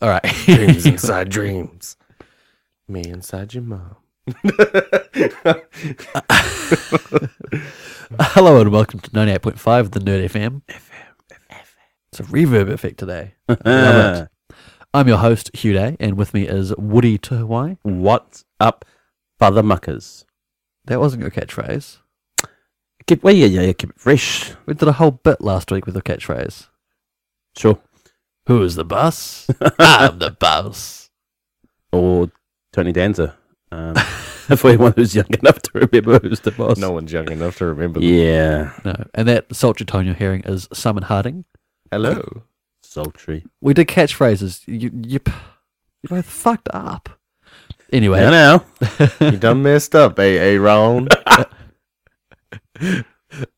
All right. Dreams inside dreams. Me inside your mom. Hello and welcome to 98.5 of the Nerd FM. It's a reverb effect today. Love it. I'm your host, Hugh Day, and with me is Woody Tuhwai. What's up, Father Muckers? That wasn't your catchphrase. Keep, well, yeah, yeah, yeah, keep it fresh. We did a whole bit last week with your catchphrase. Sure. Who is the boss? I'm the boss. or Tony Danza. Um, if we're one who's young enough to remember who's the boss. No one's young enough to remember that. Yeah. No, and that sultry tone you're hearing is Simon Harding. Hello. Sultry. We did catchphrases. You, you, you both fucked up. Anyway, Now, now. You done messed up, eh, Aaron?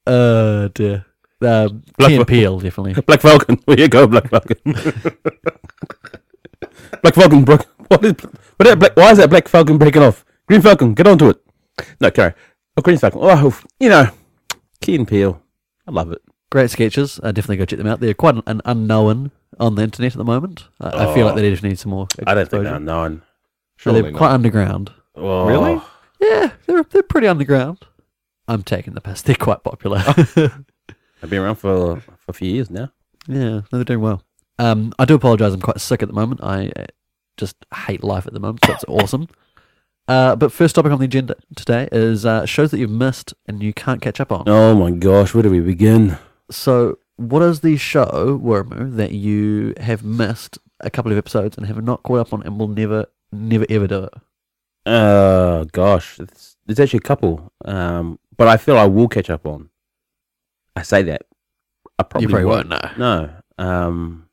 Uh, dear. Um, Black Key Ro- and Peele, definitely. Black Falcon. Where you go, Black Falcon? Black Falcon broke. What is, what is Black, why is that Black Falcon breaking off? Green Falcon, get onto it. No, carry. Oh, Green Falcon. Oh, you know, Key and Peele. I love it. Great sketches. Uh, definitely go check them out. They're quite an, an unknown on the internet at the moment. I, I feel like they definitely need some more. Oh. I don't think exposure. they're unknown. No, Surely they're not. quite underground. Oh, Really? Yeah, they're they're pretty underground. I'm taking the piss. They're quite popular. They've been around for, for a few years now. yeah, no, they're doing well. Um, I do apologise. I'm quite sick at the moment. I uh, just hate life at the moment. So that's awesome. Uh, but first topic on the agenda today is uh, shows that you've missed and you can't catch up on. Oh my gosh, where do we begin? So, what is the show, Wormu, that you have missed a couple of episodes and have not caught up on and will never, never, ever do it? Uh gosh, it's, there's actually a couple, um, but I feel I will catch up on. I say that I probably, won't. know. No. Um,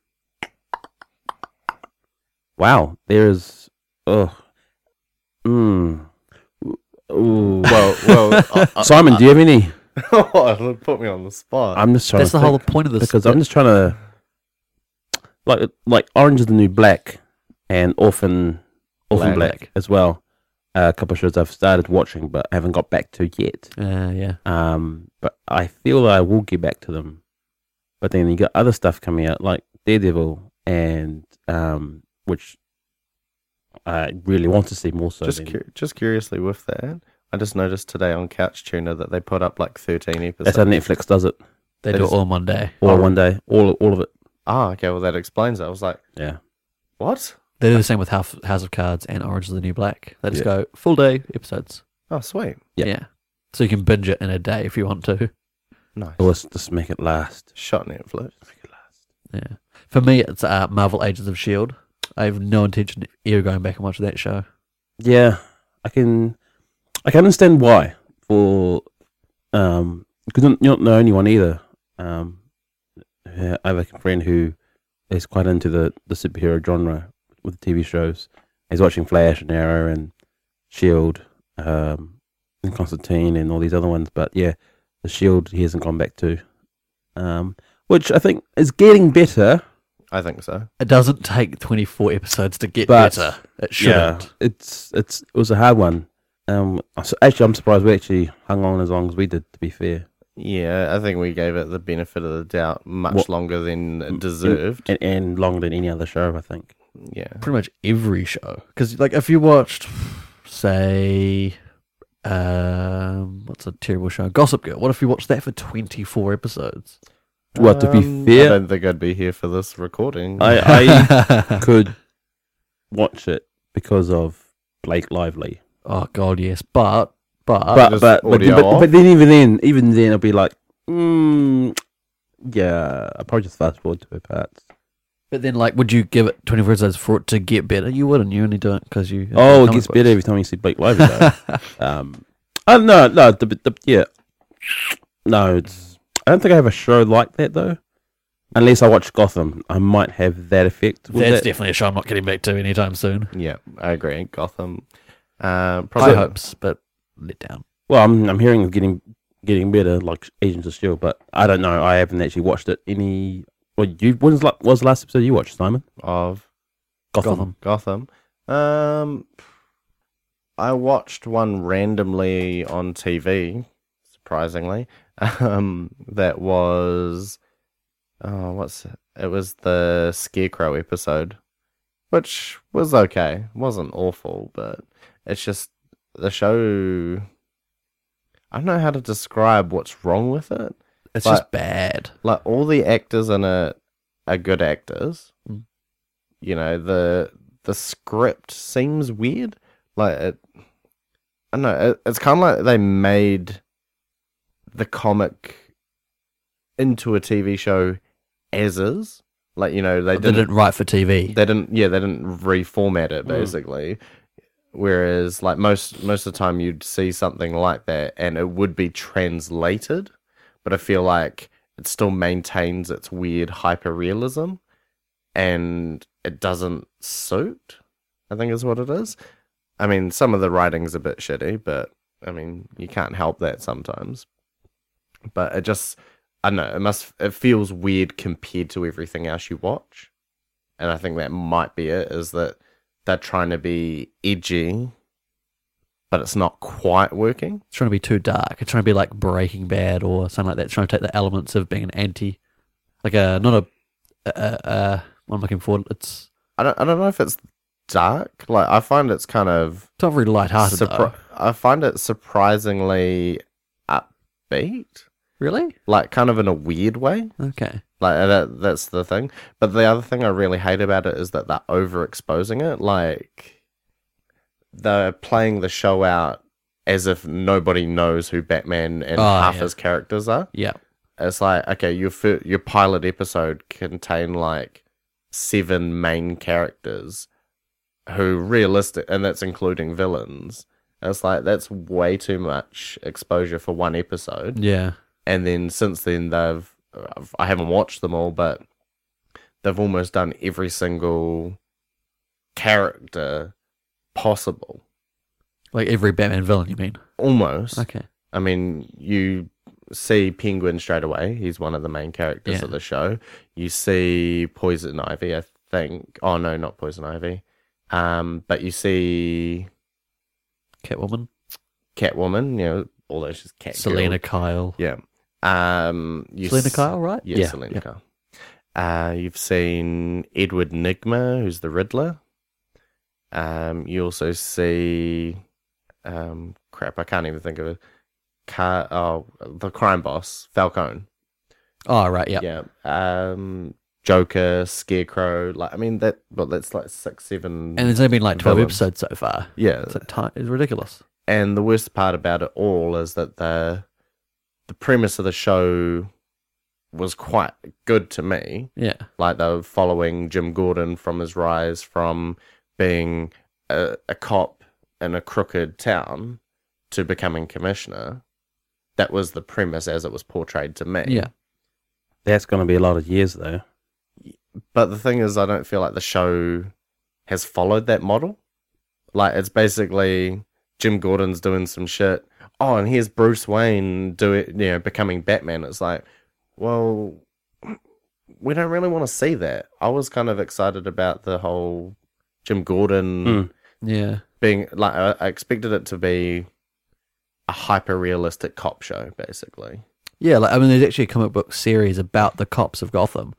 wow, there is. Oh, mm, ooh. Well, well. I, I, Simon, do you have any? oh, it put me on the spot. I'm just trying. That's to the think, whole point of this. because I'm just trying to like like Orange is the New Black and Orphan Orphan Black. Black, as well. Uh, a couple of shows I've started watching but haven't got back to yet. Uh, yeah. Um, but I feel I will get back to them. But then you got other stuff coming out like Daredevil and um, which I really want to see more so. just, than- cur- just curiously with that, I just noticed today on Couch Tuner that they put up like 13 episodes. that's how Netflix does it. They That do it is- all in one day. All Oh. one day, all all of it. Ah, okay. Well, that explains it. I was like, Yeah. what? They do the same with House, House of Cards and Orange is the New Black. They just go full day episodes. Oh, sweet. Yeah. Yeah. So you can binge it in a day if you want to. Nice. So let's just make it last. Shot Netflix. Make it last. Yeah. For me, it's uh, Marvel Agents of S.H.I.E.L.D. I have no intention of ever going back and watching that show. Yeah, I can, I can understand why. For, um, because you're not the only one either. Um, yeah, I have a friend who is quite into the the superhero genre with TV shows. He's watching Flash and Arrow and Shield, E um, and Constantine and all these other ones. But yeah, the Shield E he hasn't gone back to, um, which I think is getting better. I think so. It doesn't take 24 episodes to get But- better. It shouldn't. Yeah, it's it's it was a hard one. Um, I s- actually, I'm surprised we actually hung on as long as we did. To be fair, Yeah, I think we gave it the benefit of the doubt much What- longer than it deserved. and, and longer than any other show, I think. yeah. pretty much every show because like if you watched say um what's a terrible show gossip girl what if you watched that for 24 episodes Well, to be Um, fair- I don't think I'd be here for this recording. I, I could watch it because of Blake Lively, oh god yes but but, but just but but, audio but, off? but then even then, even then, I'll be like, mm, yeah, I'll probably just fast forward to her parts. but then like would you give it 24 episodes for it to get better you wouldn't you only do it because you Oh, it comic gets books. better every time you see Blake Lively. Though. um, I no no the, the, yeah, no. It's I don't think I have a show like that though. Unless I watch Gotham, I might have that effect. with that's that. definitely a show i'm not getting back to anytime soon yeah, I agree. Gotham. Uh, high probably hopes but let down Well, I'm I'm hearing of getting getting better like Agents of Steel, but I don't know. I haven't actually watched it. Any well, you when was, la- what was the last episode you watched, Simon? of Gotham. Gotham. Gotham. Um, I watched one randomly on TV, surprisingly. Um, that was, oh, what's it? It was the Scarecrow episode. which was okay. It wasn't awful, but it's just the show. I don't know how to describe what's wrong with it. It's But- just bad. Like all the actors in it are good actors. Mm. You know the the script seems weird. Like it, I don't know it, it's kind of like they made the comic into a TV show as is. Like you know they They didn't, didn't write for TV. they didn't yeah they didn't reformat it Mm. basically whereas like most most of the time you'd see something like that and it would be translated but i feel like it still maintains its weird hyperrealism and it doesn't suit i think is what it is i mean some of the writing's a bit shitty but i mean you can't help that sometimes but it just i don't know it must it feels weird compared to everything else you watch and I think that might be it, is that they're trying to be edgy, but it's not quite working. It's trying to be too dark. It's trying to be like Breaking Bad or something like that. It's trying to take the elements of being an anti, like a not a, a, a, a what I'm looking for. It's I don't, I don't know if it's dark. Like I find it's kind of it's not very lighthearted surpri- though. I find it surprisingly upbeat, Really? like kind of in a weird way. Okay. Like and that, that's the thing. But the other thing I really hate about it is that they're overexposing it. Like they're playing the show out as if nobody knows who Batman and Oh, half yeah. his characters are. Yeah. It's like okay, your fir- your pilot episode contained like seven main characters who realistic, and that's including villains. And it's like that's way too much exposure for one episode. Yeah. And then since then they've I've- I haven't watched them all, but they've almost done every single character possible, Like every Batman villain, you mean? almost. Okay. I mean, you see Penguin straight away. He's one of the main characters Yeah. of the show. You see Poison Ivy, I think. Oh no, not Poison Ivy. Um, but you see Catwoman, Catwoman. You know, although she's Cat. Selena Kyle. Girl. Yeah. Um, you Selena s- Kyle, right? Yeah, Selena yeah. Kyle. Uh, you've seen Edward Nigma, who's the Riddler. Um, you also see, um, crap, I can't even think of it. Car, oh, the crime boss, Falcone. Oh, right. Yeah. Yeah. Um, Joker, Scarecrow. Like, I mean, that, well, that's like six, seven. And there's only been like 12 Villain. episodes so far. yeah. It's, like ti it's ridiculous. and the worst part about it all is that the the premise of the show was quite good to me. Yeah. Like they were following Jim Gordon from his rise from being a, a cop in a crooked town to becoming commissioner. That was the premise as it was portrayed to me. Yeah. That's going to be a lot of years though. But the thing is, I don't feel like the show has followed that model. Like, it's basically Jim Gordon's doing some shit. Oh, and here's Bruce Wayne do it, you know, becoming Batman. It's like, well, we don't really want to see that. I was kind of excited about the whole Jim Gordon Mm. Yeah. being like, I I expected it to be a hyper realistic cop show, basically. Yeah. Like, I mean, there's actually a comic book series about the cops of Gotham.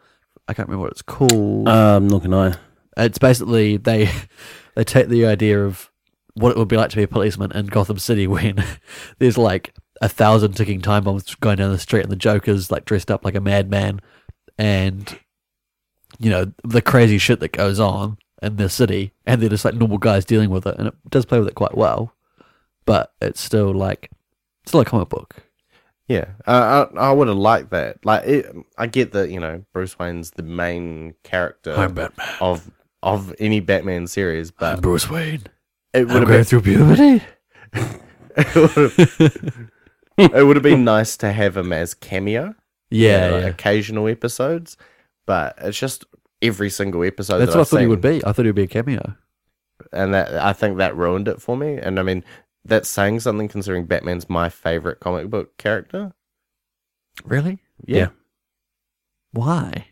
I can't remember what it's called. Um, not gonna. lie. it's basically they they take the idea of what it would be like to be a policeman in Gotham City when there's like a thousand ticking time bombs going down the street and the Joker's like dressed up like a madman and you know the crazy shit that goes on in the city and they're just like normal guys dealing with it and it does play with it quite well but it's still like it's still a comic book Yeah, uh, I I would have liked that. Like, it, I get that you know Bruce Wayne's the main character Batman of of any Batman series, but Bruce Wayne it would have been through puberty it would have it would have been nice to have him as cameo, you yeah, know, yeah. like occasional episodes. But it's just every single episode. that's that what I I've thought he seen. would be I thought he would be a cameo and that I think that ruined it for me. And I mean, that's saying something considering Batman's my favorite comic book character. really Yeah. why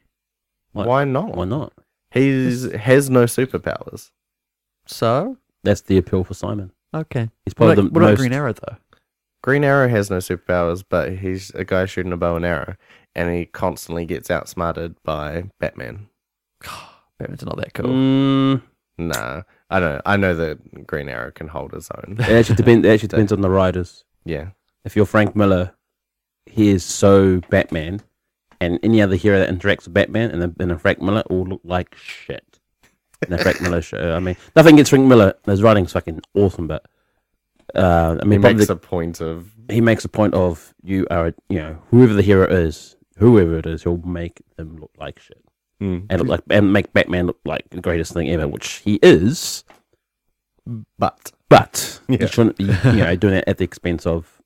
Why- Why Oh, not? Why not? He's has no superpowers. So That's the appeal for Simon. okay. He's What, probably about- the what about most. Green Arrow though? Green Arrow has no superpowers, but he's a guy shooting a bow and arrow, and he constantly gets outsmarted by Batman. Batman's not that cool. Mm, Nah, I don't. I know that Green Arrow can hold his own. It actually depends. It actually depends on the riders. yeah, If you're Frank Miller, he is so Batman, and any other hero that interacts with Batman and a, and a Frank Miller all look like shit. And a Frank Miller show. I mean, nothing against Frank Miller. His writing's fucking awesome, but uh, I he mean, probably makes the- a point of he makes a point of you are a- you know whoever the hero is, whoever it is, he'll make them look like shit Mm. and look like and make Batman look like the greatest thing ever, which he is. but But Yeah. you shouldn't be, you know, doing it at the expense of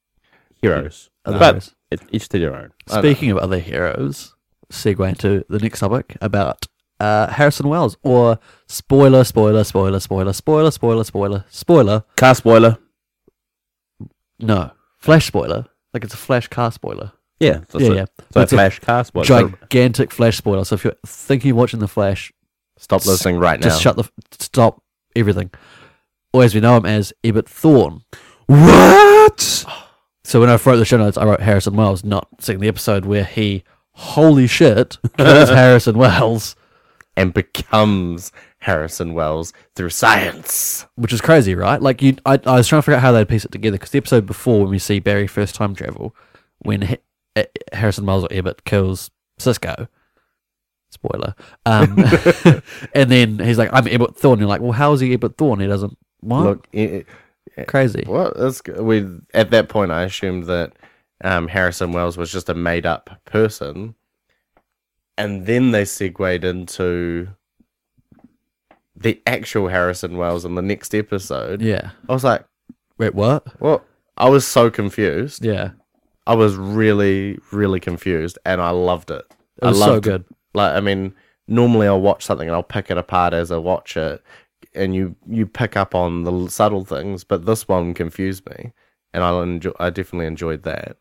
heroes. Other But- heroes. It, each to their own. I know. Speaking of other heroes, segue into the next topic about uh, Harrison Wells or spoiler, spoiler, spoiler, spoiler, spoiler, spoiler, spoiler, spoiler. Car spoiler. No, flash spoiler. Like it's a flash car spoiler. Yeah, that's yeah, it. yeah. So That's a flash car spoiler. gigantic flash spoiler. So if you're thinking of watching the Flash, stop listening right now. just shut the f- stop everything. Or as we know him as Ebert Thorne. what? So when I wrote the show notes, I wrote Harrison Wells, not seeing the episode where he, holy shit, kills Harrison Wells, and becomes Harrison Wells through science. which is crazy, right? Like you, I, I was trying to figure out how they'd piece it together because the episode before when we see Barry first time travel, when he, eh, Harrison Wells or Ebert kills Cisco, spoiler, um, and then he's like, "I'm Ebert Thorne." You're like, "Well, how is he Ebert Thorne?" He doesn't. What? Look, eh, it, crazy. Well, that's good. we at that point. I assumed that um, Harrison Wells was just a made-up person, and then they segued into the actual Harrison Wells in the next episode. Yeah. I was like, Wait, what? well, I was so confused. Yeah. I was really, really confused, and I loved it. It was I so loved good. Like, I mean, normally I'll watch something and I'll pick it apart as I watch it, and you you pick up on the l- subtle things. But this one confused me, and I enjoy, I definitely enjoyed that.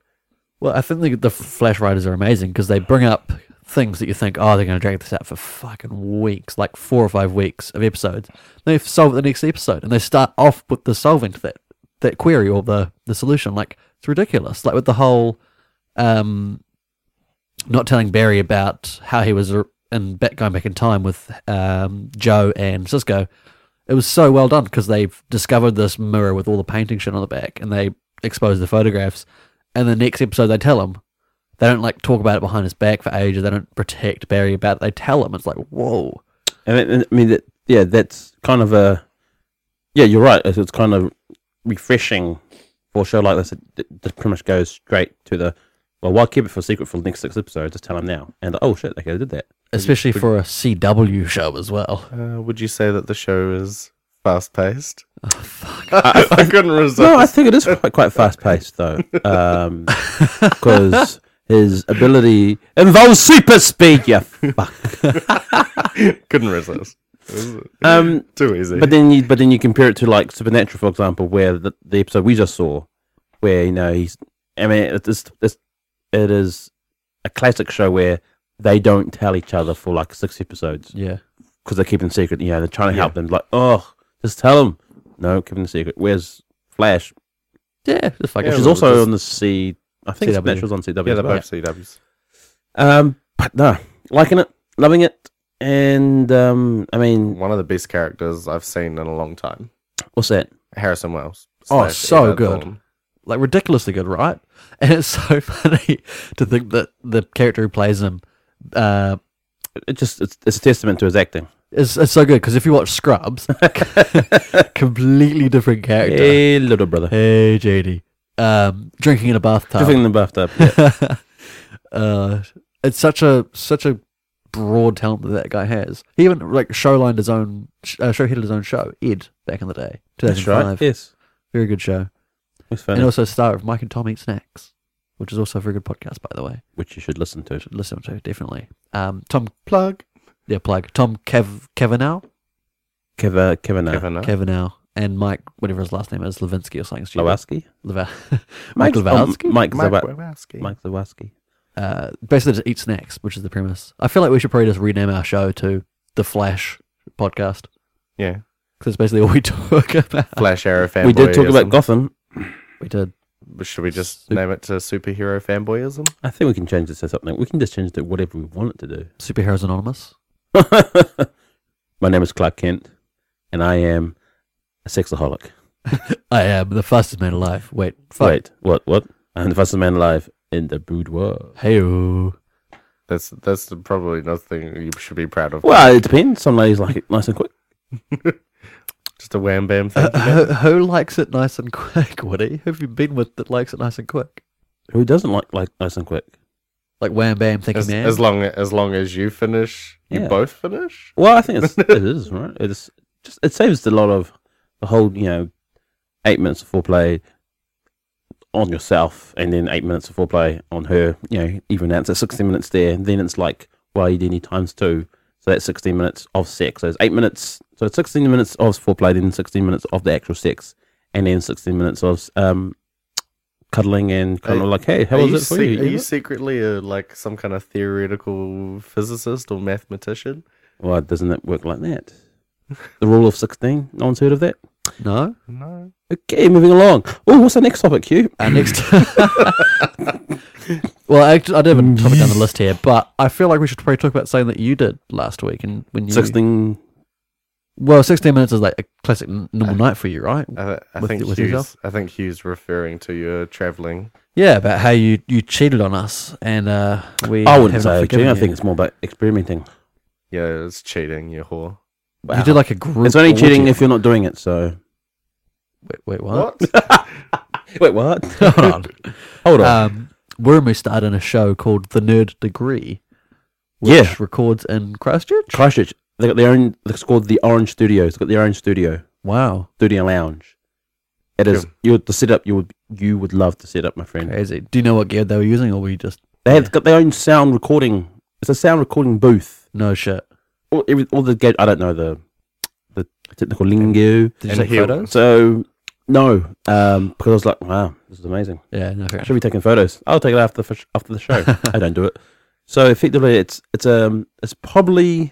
Well, I think the, the Flash Riders are amazing because they bring up things that you think, oh, they're going to drag this out for fucking weeks, like four or five weeks of episodes. They solve it the next episode, and they start off with the solving to that that query or the the solution. Like it's ridiculous. Like with the whole, um, not telling Barry about how he was uh, in back going back in time with um, Joe and Cisco. It was so well done because they've discovered this mirror with all the painting shit on the back, and they expose the photographs. And the next episode, they tell him. They don't like talk about it behind his back for ages. They don't protect Barry about it. They tell him. It's like, whoa, I mean, and- I mean that, yeah, that's kind of a. Yeah, you're right. It's, it's kind of refreshing for a show like this. It, it just pretty much goes straight to the. Well, why keep it for a secret for the next six episodes? Just tell them now. And oh shit, okay, they did that. especially for a CW show as well. Uh, would you say that the show is fast paced? Oh, fuck. I, I couldn't resist. No, I think it is quite, quite fast paced though, because his ability involves super speed. Yeah, fuck. couldn't resist. It was Um, too easy. but then you but then you compare it to like Supernatural, for example, where the, the episode we just saw, where you know he's. I mean, it's, it's it is a classic show where they don't tell each other for like six episodes Yeah, because they keep it in secret. You know, they're trying to help them. Like, oh, just tell them. No, keep it in secret. Where's Flash, yeah, just fucking which Yeah, is well, also just- on the C. I think CW. Supernatural's on CW. yeah, as they're well. both CWs. Um, but no, liking it, loving it, and um, I mean, One of the best characters I've seen in a long time. what's that? Harrison Wells. Oh, slash so Eva good. Thorne. like ridiculously good, right? And it's so funny to think that the character who plays him uh, It just it's, it's a testament to his acting. is, is so good because if you watch Scrubs, completely different character. Hey, Hey, little brother, JD, um, drinking in a bathtub. Jumping in the bathtub. Yeah. uh, it's such a such a broad talent that that guy has. He even like showlined his own sh- uh, show headed his own show Ed back in the day, two That's thousand right. five. Yes, Very good show, it's and funny, also star of Mike and Tom Eat Snacks, which is also a very good podcast by the way. which you should listen to. Should listen to definitely. Um, Tom, Plug. yeah, plug Tom Kev Kavanaugh, Kevin Kevin uh, Kevin, huh? Kavanaugh, and Mike whatever his last name is, Levinsky or something stupid. Lowasky, Leva- Mike- Michael Lewandowski? oh, Mike Mike Zawa- Wazowski. Mike Zawasky. uh, basically just eat snacks, which is the premise. I feel like we should probably just rename our show to the Flash Podcast. Yeah. because basically all we talk about. Flash Arrow fanboy. We did talk about Gotham. We did. Should we just Sup- name it to superhero fanboyism? I think we can change this to something. We can just change it to whatever we want it to do. Superheroes Anonymous. My name is Clark Kent, and I am a sexaholic. I am the fastest man alive. Wait, fuck. Wait, what? What? I'm the fastest man alive in the boudoir. Hey-o. That's that's the- probably another thing you should be proud of. Well, it depends. Some ladies like it nice and quick. Just a wham bam Uh, thing. Who, who likes it nice and quick, Woody? Who have you been with that likes it nice and quick? Who doesn't like like nice and quick? Like wham bam, thank you, as, man. as long as long as you finish, you Yeah. both finish. Well, I think it's, it is right. It's just it saves a lot of the whole you know eight minutes of foreplay on yourself, and then eight minutes of foreplay on her. You know, even that's at sixteen minutes there. And then it's like well, you do need times two, so that's sixteen minutes of sex. So it's eight minutes. So it's sixteen minutes of foreplay, then sixteen minutes of the actual sex, and then sixteen minutes of um cuddling and kind Are- of like, hey, how are was it for sec- you? Are you secretly a, like some kind of theoretical physicist or mathematician? Why doesn't it work like that? The rule of sixteen. No one's heard of that. no? No. Okay, moving along. Oh, what's the next topic, Hugh? Our next. well, I, act- I do have a topic down the list here, but I feel like we should probably talk about something that you did last week and when you. 16. Well, sixteen minutes is like a classic n- normal Uh, night for you, right? I, th- I With- think with Hugh's, yourself? I think Hugh's referring to your traveling. Yeah, about how you you cheated on us and uh, we. I wouldn't have not say forgiven cheating. I you. think it's more about experimenting. Yeah, it's cheating, you whore. you did like a group. it's only orgy. cheating if you're not doing it, so. Wait, wait what? Wait, what? Hold on. Hold on. Um, Wurimu starred in a show called The Nerd Degree, which yeah, records in Christchurch. Christchurch. They got their own, it's called the Orange Studio. It's got their own studio, Wow, studio lounge. It is you the setup you would you would love to set up, my friend. crazy. Do you know what gear they were using, or were you just They have got their own sound recording. It's a sound recording booth. no shit? All, every, all the gate. I don't know the the technical lingo. Did you And take heel. photos? So no, um, because I was like, wow, this is amazing. Yeah, no, fair I should be taking photos. I'll take it after the f- after the show. I don't do it. So effectively, it's it's um it's probably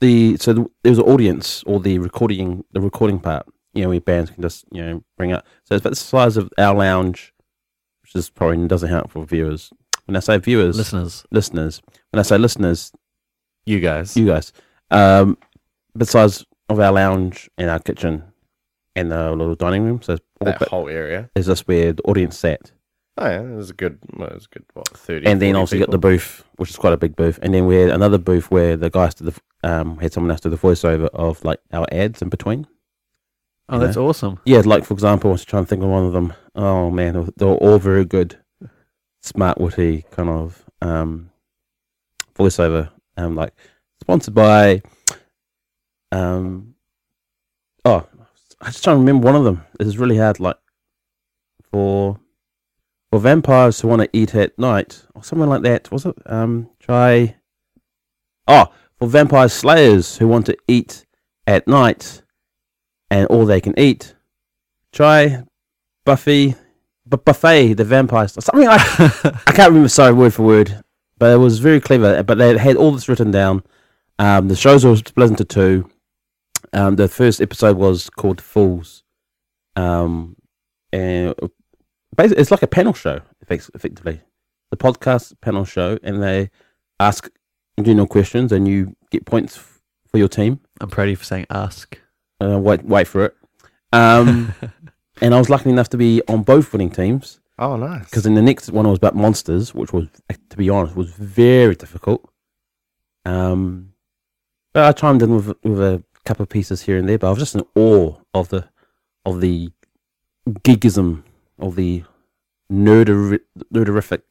the so the, there was an audience or the recording the recording part. You know, where bands can just you know bring up. So it's about the size of our lounge, which is probably doesn't help for viewers. When I say viewers, Listeners, listeners. When I say listeners, You guys. you guys. Um, besides of our lounge and our kitchen and the little dining room, so it's all that ba- whole area. is this where the audience sat, Oh yeah, it was a good. Well, it was a good. What thirty? and then 40 also you got the people. booth, which is quite a big booth, and then we had another booth where the guys did the um had someone else do the voiceover of like our ads in between. oh, that's awesome. Yeah, like for example, I was trying to think of one of them. Oh man, they were- they were all very good, smart, witty kind of um, voiceover. Um, like sponsored by. Um, oh, I just trying to remember one of them. It was really hard. Like for for vampires who want to eat at night or something like that. Was it? Um, try. Oh, for vampire slayers who want to eat at night, and all they can eat try Buffy, bu- buffet the vampires or something. Like, I can't remember. Sorry, word for word, but it was very clever. But they had all this written down. Um, the shows were split into two. Um, the first episode was called Fools, um, and basically it's like a panel show, effect- effectively. The podcast panel show, and they ask general questions, and you get points f- for your team. I'm proud of you for saying ask. Uh, wait, wait for it. Um, and I was lucky enough to be on both winning teams Oh nice. because in the next one I was about monsters, which was, to be honest, was very difficult. Um, but I chimed in with with a couple of pieces here and there, but I was just in awe of the of the gigism of the nerder nerderific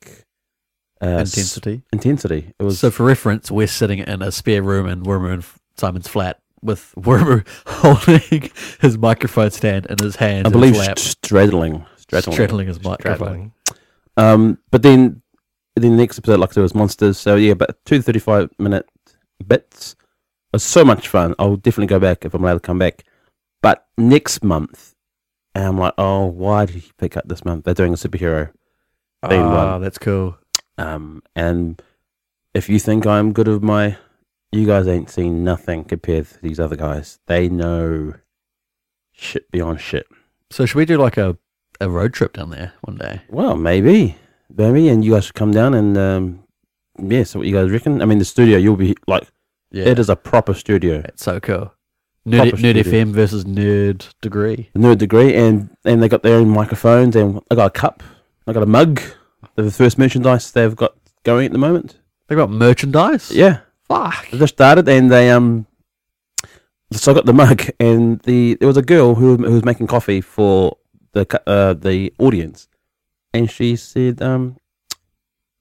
uh, s- Intensity. intensity. It was So, for reference, we're sitting in a spare room in Wormer and Simon's flat with Wormer holding his microphone stand in his hands. I believe and his lap, straddling, straddling, straddling his microphone. Straddling. Um, but then, then the next episode, like I said, was monsters. So yeah, but two thirty-five minute bits was so much fun. I'll definitely go back if I'm allowed to come back. But next month, and I'm like, oh, why did he pick up this month? They're doing a superhero. They Ah, won. that's cool. Um, and if you think I'm good of my, you guys ain't seen nothing compared to these other guys. They know shit beyond shit. So, should we do like a, a road trip down there one day? Well, maybe, maybe, and you guys should come down and um, yeah. So what you guys reckon? I mean, the studio you'll be like Yeah, It is a proper studio, It's so cool. Nerd, Proper Nerd studio. FM versus Nerd Degree. no degree, and and they got their own microphones, and I got a cup, I got a mug. They're the first merchandise they've got going at the moment. They got merchandise. Yeah, Fuck. they just started, and they um, so I got the mug, and the there was a girl who, who was making coffee for the cu- uh, the audience, and she said, um,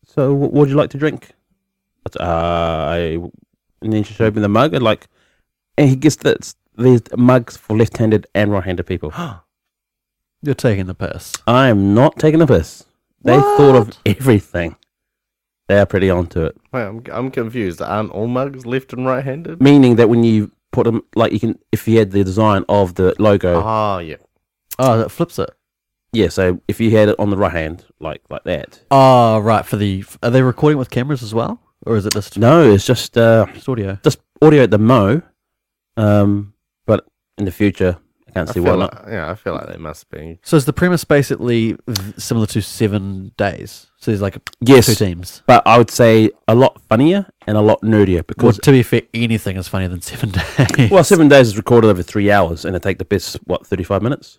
so what would you like to drink? I said, uh, I, and then she showed me the mug, and like, and he gets that these mugs for left-handed and right-handed people. You're taking the piss. I am not taking a piss. They thought of What? everything. They are pretty onto it. Wait, I'm I'm confused. Aren't all mugs left and right handed? Meaning that when you put them, like you can, if you had the design of the logo, Ah, yeah. Oh, that flips it. yeah. So if you had it on the right hand, like like that. Oh, right. For the are they recording with cameras as well, or is it just, No, it's just uh, just audio? just audio at the mo. Um, but in the future, I can't I see feel why like, not. yeah, I feel like they must be. So is the premise basically th- similar to Seven Days? So there's like two Yes, teams. but I would say a lot funnier and a lot nerdier Well, because to be fair, anything is funnier than Seven Days. well, seven days is recorded over three hours, and it take the best what thirty five minutes.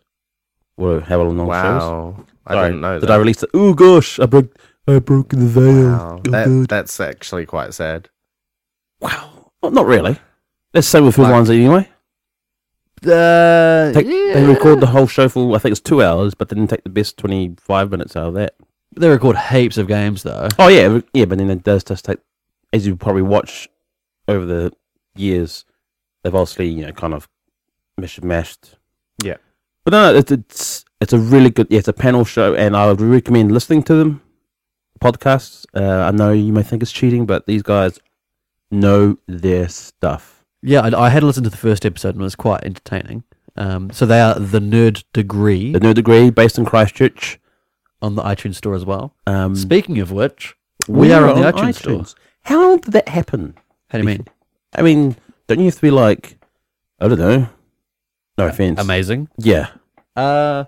Well, how long? the show is. Wow, I Sorry, didn't know Did that. I release it? Oh gosh, I broke, I broke the veil. Wow, Oh, that, God. that's actually quite sad. Wow. Well, not really. That's the same with Who's Like- Lines anyway. Uh, Take, They yeah. record the whole show for I think it's two hours, but then take the best twenty five minutes out of that. They record heaps of games though. Oh yeah, re- yeah. But then it does just take, as you probably watch over the years, they've obviously you know kind of mish mashed. Yeah. But no, no, it's it's it's a really good. Yeah, it's a panel show, and I would recommend listening to them. Podcasts. Uh, I know you may think it's cheating, but these guys know their stuff. Yeah, I, I had listened to the first episode and it was quite entertaining. Um, so they are the Nerd Degree The No Degree, based in Christchurch. on the iTunes store as well. Um, Speaking of which, we are on the iTunes, store. How did that happen? How do you mean? I mean, don't you have to be like, I don't know. No offense. Amazing. Yeah. Uh,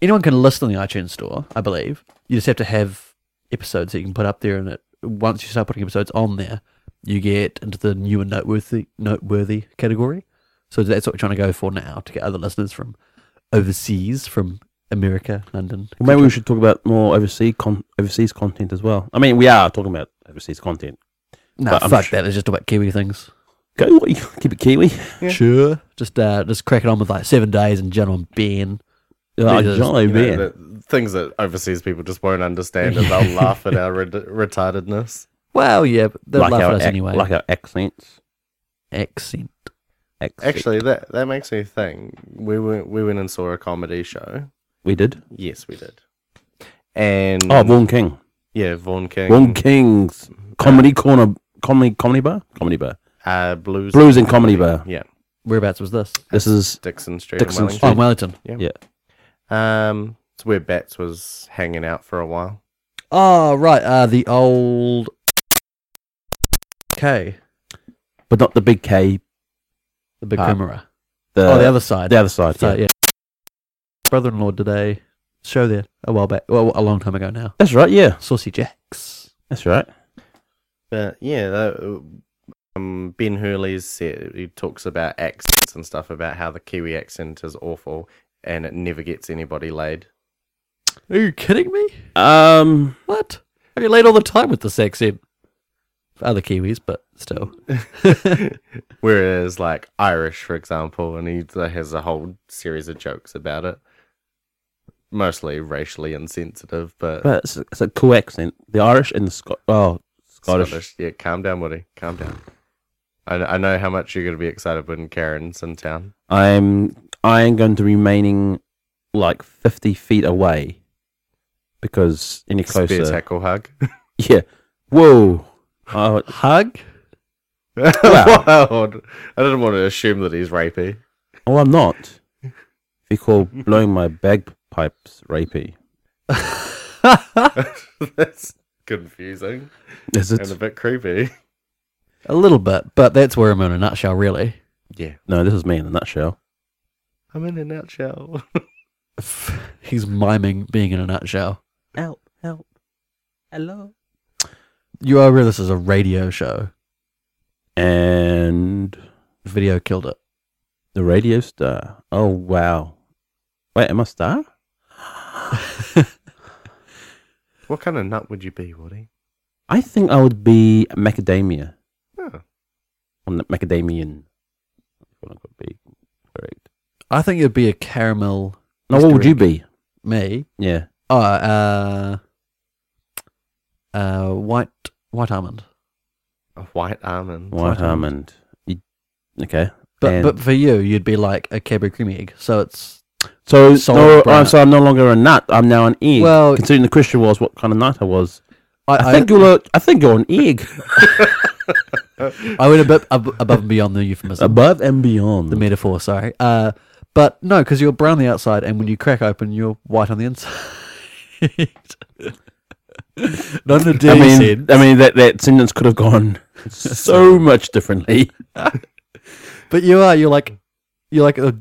anyone can list on the iTunes store, I believe. You just have to have episodes that you can put up there, and it, once you start putting episodes on there, you get into the new and noteworthy noteworthy category. So that's what we're trying to go for now to get other listeners from overseas, from America, London. Well, maybe we should talk about more overseas con- overseas content as well. I mean, we are talking about overseas content. No, but I'm fuck sure- that. It's just about Kiwi things. Go what you- keep it Kiwi. Yeah. Sure. Just uh, just crack it on with like seven days and gentleman Ben. Oh, Like is, Jolly You know, Man. the things that overseas people just won't understand, and they'll laugh at our ret- retardedness. Well, yeah, but they'll Like laugh our at us ac- anyway. Like our accents. Accent. Accent. Actually, that that makes me think. We went we went and saw a comedy show. we did. Yes, we did. Mm-hmm. And Oh, Vaughn King. yeah, Vaughn King, Vaughn King's Mm-hmm. comedy corner, comedy comedy bar, comedy bar, uh, blues, blues and comedy bar. yeah, Whereabouts was this? This is Dixon Street, Dixon in Oh, Wellington. in Wellington. Um, it's where Bats was hanging out for a while. Oh, right. Uh, the old. K. but not the big K. The big Ah, camera. The, oh, the other side. the other side. So, yeah. yeah. Brother in law did a show there a while back. Well, a long time ago now. That's right. Yeah, Saucy Jacks. that's right. But yeah, that, um, Ben Hurley's set, he talks about accents and stuff about how the Kiwi accent is awful and it never gets anybody laid. Are you kidding me? Um, What? Have you laid all the time with this accent? For Other Kiwis, but still. Whereas, like Irish, for example, and he has a whole series of jokes about it, mostly racially insensitive, but, but it's, it's a cool accent. The Irish and the Scot. Oh, Scottish. Scottish. Yeah, calm down, Woody. Calm down. I, I know how much you're going to be excited when Karen's in town. I'm I am going to remaining like fifty feet away because any Spear closer, tackle hug. yeah. Whoa! Oh, Hug? Wow. I didn't want to assume that he's rapey. oh, I'm not. If you call blowing my bagpipes rapey, That's confusing is it? and a bit creepy. A little bit, but that's where I'm in a nutshell, really. Yeah. No, this is me in a nutshell. I'm in a nutshell. He's miming being in a nutshell. Help! Help! Hello! You are real. This is a radio show. and Video killed it. the radio star. Oh wow! Wait, am I a star? What kind of nut would you be, Woody? I think I would be macadamia. Oh. I'm not macadamian. If I'm gonna be correct. I think it'd be a caramel. Now, what would you be? Me? Yeah. Oh, uh, uh, white white almond. A white almond. White White almond. You, okay. But And- but for you, you'd be like a Cadbury creamy egg. So it's So, Solid no, brown. uh, so I'm no longer a nut. I'm now an egg. Well- considering the question was what kind of nut I was, I, I, I, think you're. A, I think you're an egg Uh, I went a bit ab- above and beyond the euphemism, above and beyond. the metaphor. Sorry. Uh, but no, because you're brown on the outside, and when you crack open, you're white on the inside. Not in the D I mean, sense. I mean that that sentence could have gone so much differently. But you are. You're like you're like a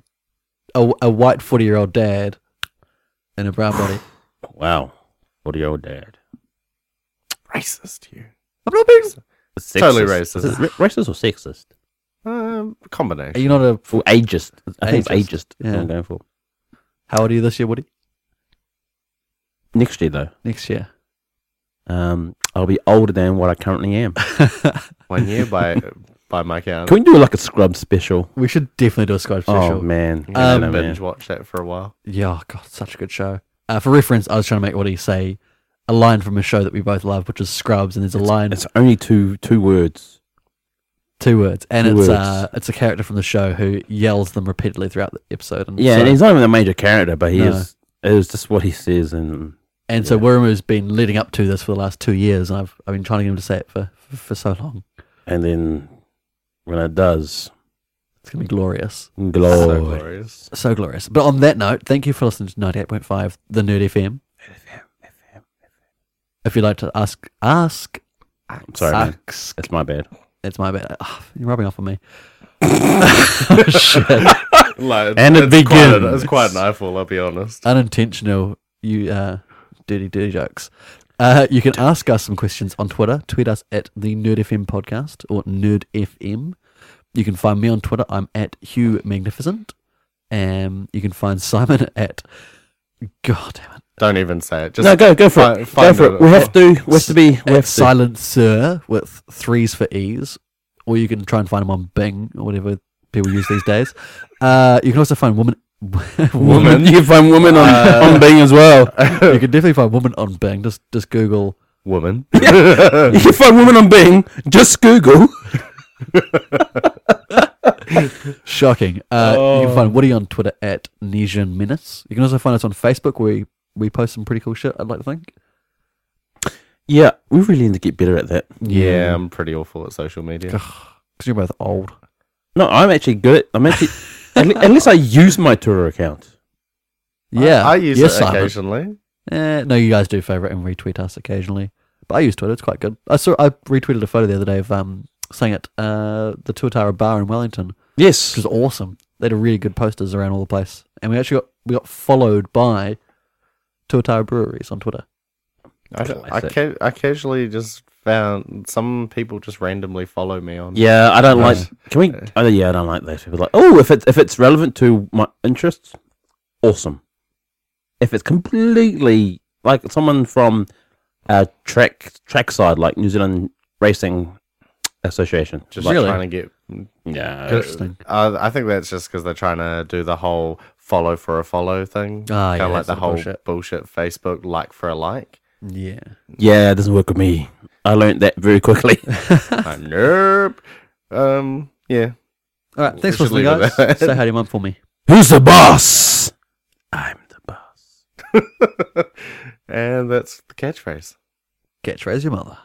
a, a white forty year old dad in a brown body. Wow, what your dad? Racist, you. I'm not being. Sexist. Totally Is it racist. ra- racist or sexist? Um, Are combination. you not a? For ageist. I think it's ageist. is what Yeah. I'm going for. How old are you this year, Woody? Next year though, Next year. um, I'll be older than what I currently am. One year by by my count. Can we do like a scrub special? We should definitely do a Scotch oh special. man, Yeah, I Um, don't know, man. binge watch that for a while. Yeah, oh, God, such a good show. Uh, for reference, I was trying to make Woody say a line from a show that we both love, which is Scrubs, and there's a line, It's only two two words. two words, and two it's words. uh, it's a character from the show who yells them repeatedly throughout the episode. And Yeah, so, and he's not even a major character, but he No. is. It was just what he says, and and so Wormer's been leading up to this for the last two years, and I've I've been trying to get him to say it for for, for so long. and then when it does, It's gonna be glorious. glory. So glorious. So glorious. But on that note, thank you for listening to 98.5, the Nerd FM. If you'd like to ask, ask, I'm sorry, man. ask, That's my bad. it's my bad. Ah, you're rubbing off on me. Oh, shit. Like, And it it's quite an- begins. it's quite an eyeful, I'll be honest. unintentional you uh, dirty dirty jokes. Uh, you can ask us some questions on Twitter. Tweet us at the Nerd FM podcast or Nerd FM. You can find me on Twitter. I'm at Hugh Magnificent. Um, you can find Simon at God damn it, Don't even say it. Just no, go go for fi- it. Go find for it. it. We have to. We have to be. We at have to. Silent Sir with threes for e's, or you can try and find him on Bing or whatever people use these days. Uh, you can also find woman. woman. You can find women on on Bing as well. You can definitely find woman on Bing. Just just Google woman. you can find women on Bing. Just Google. Shocking. Uh, You can find Woody on Twitter at Nesian Menace. You can also find us on Facebook where we, we post some pretty cool shit, I'd like to think. Yeah, we really need to get better at that. yeah, I'm pretty awful at social media. Because you're both old. No, I'm actually good. At, I'm actually. at, le- at least I use my Twitter account. Yeah. I, I use yes, it Simon. occasionally. Eh, no, you guys do favourite and retweet us occasionally. But I use Twitter, it's quite good. I saw I retweeted a photo the other day of um saying at uh, the Tuatara bar in Wellington, which Yes. was awesome. They had a really good posters around all the place. And we actually got we got followed by Tuatara Breweries on Twitter. I, I, Classic. ca- I occasionally just found some people just randomly follow me on. Yeah, I don't Right. like. Can we? Oh, yeah, I don't like that. People like, oh, if it's if it's relevant to my interests, awesome. If it's completely like someone from uh, track track side, like New Zealand Racing Association, Just like, Really? trying to get yeah, Interesting. Uh, I think that's just because they're trying to do the whole follow for a follow thing. Ah, kind yeah, of like that's the the whole bullshit. bullshit. Facebook like for a like. Yeah. yeah, it doesn't work with me. I learned that very quickly. Uh, nope. Um, yeah. All right, thanks for should listening, leave it guys. at that. Say hi to your mum for me. Who's the boss? I'm the boss. and that's the catchphrase. Catchphrase your mother.